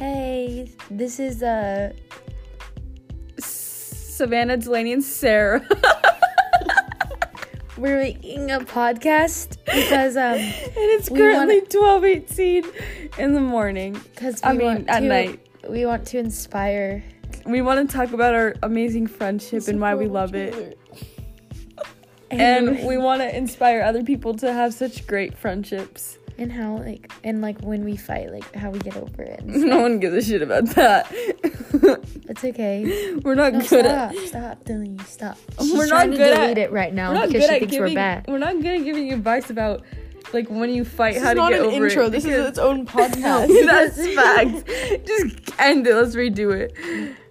Hi, this is uh, Savannah Delaney and Sarah. we're making a podcast because um, and it's We currently twelve eighteen in the morning. because we I mean, want at to, night. we want to inspire We want to talk about our amazing friendship and why we love it. And we want to inspire other people to have such great friendships. and how like and like when we fight, like how we get over it. No one gives a shit about that. It's okay. we're not No, stop, good at stop, Delaney, stop. We're She's not trying to good at- delete it right now we're not because good she at thinks giving we're bad. we're not good at giving advice about like when you fight This how is to not get an over intro. it. This is because- its own podcast. That's facts. Just end it. Let's redo it.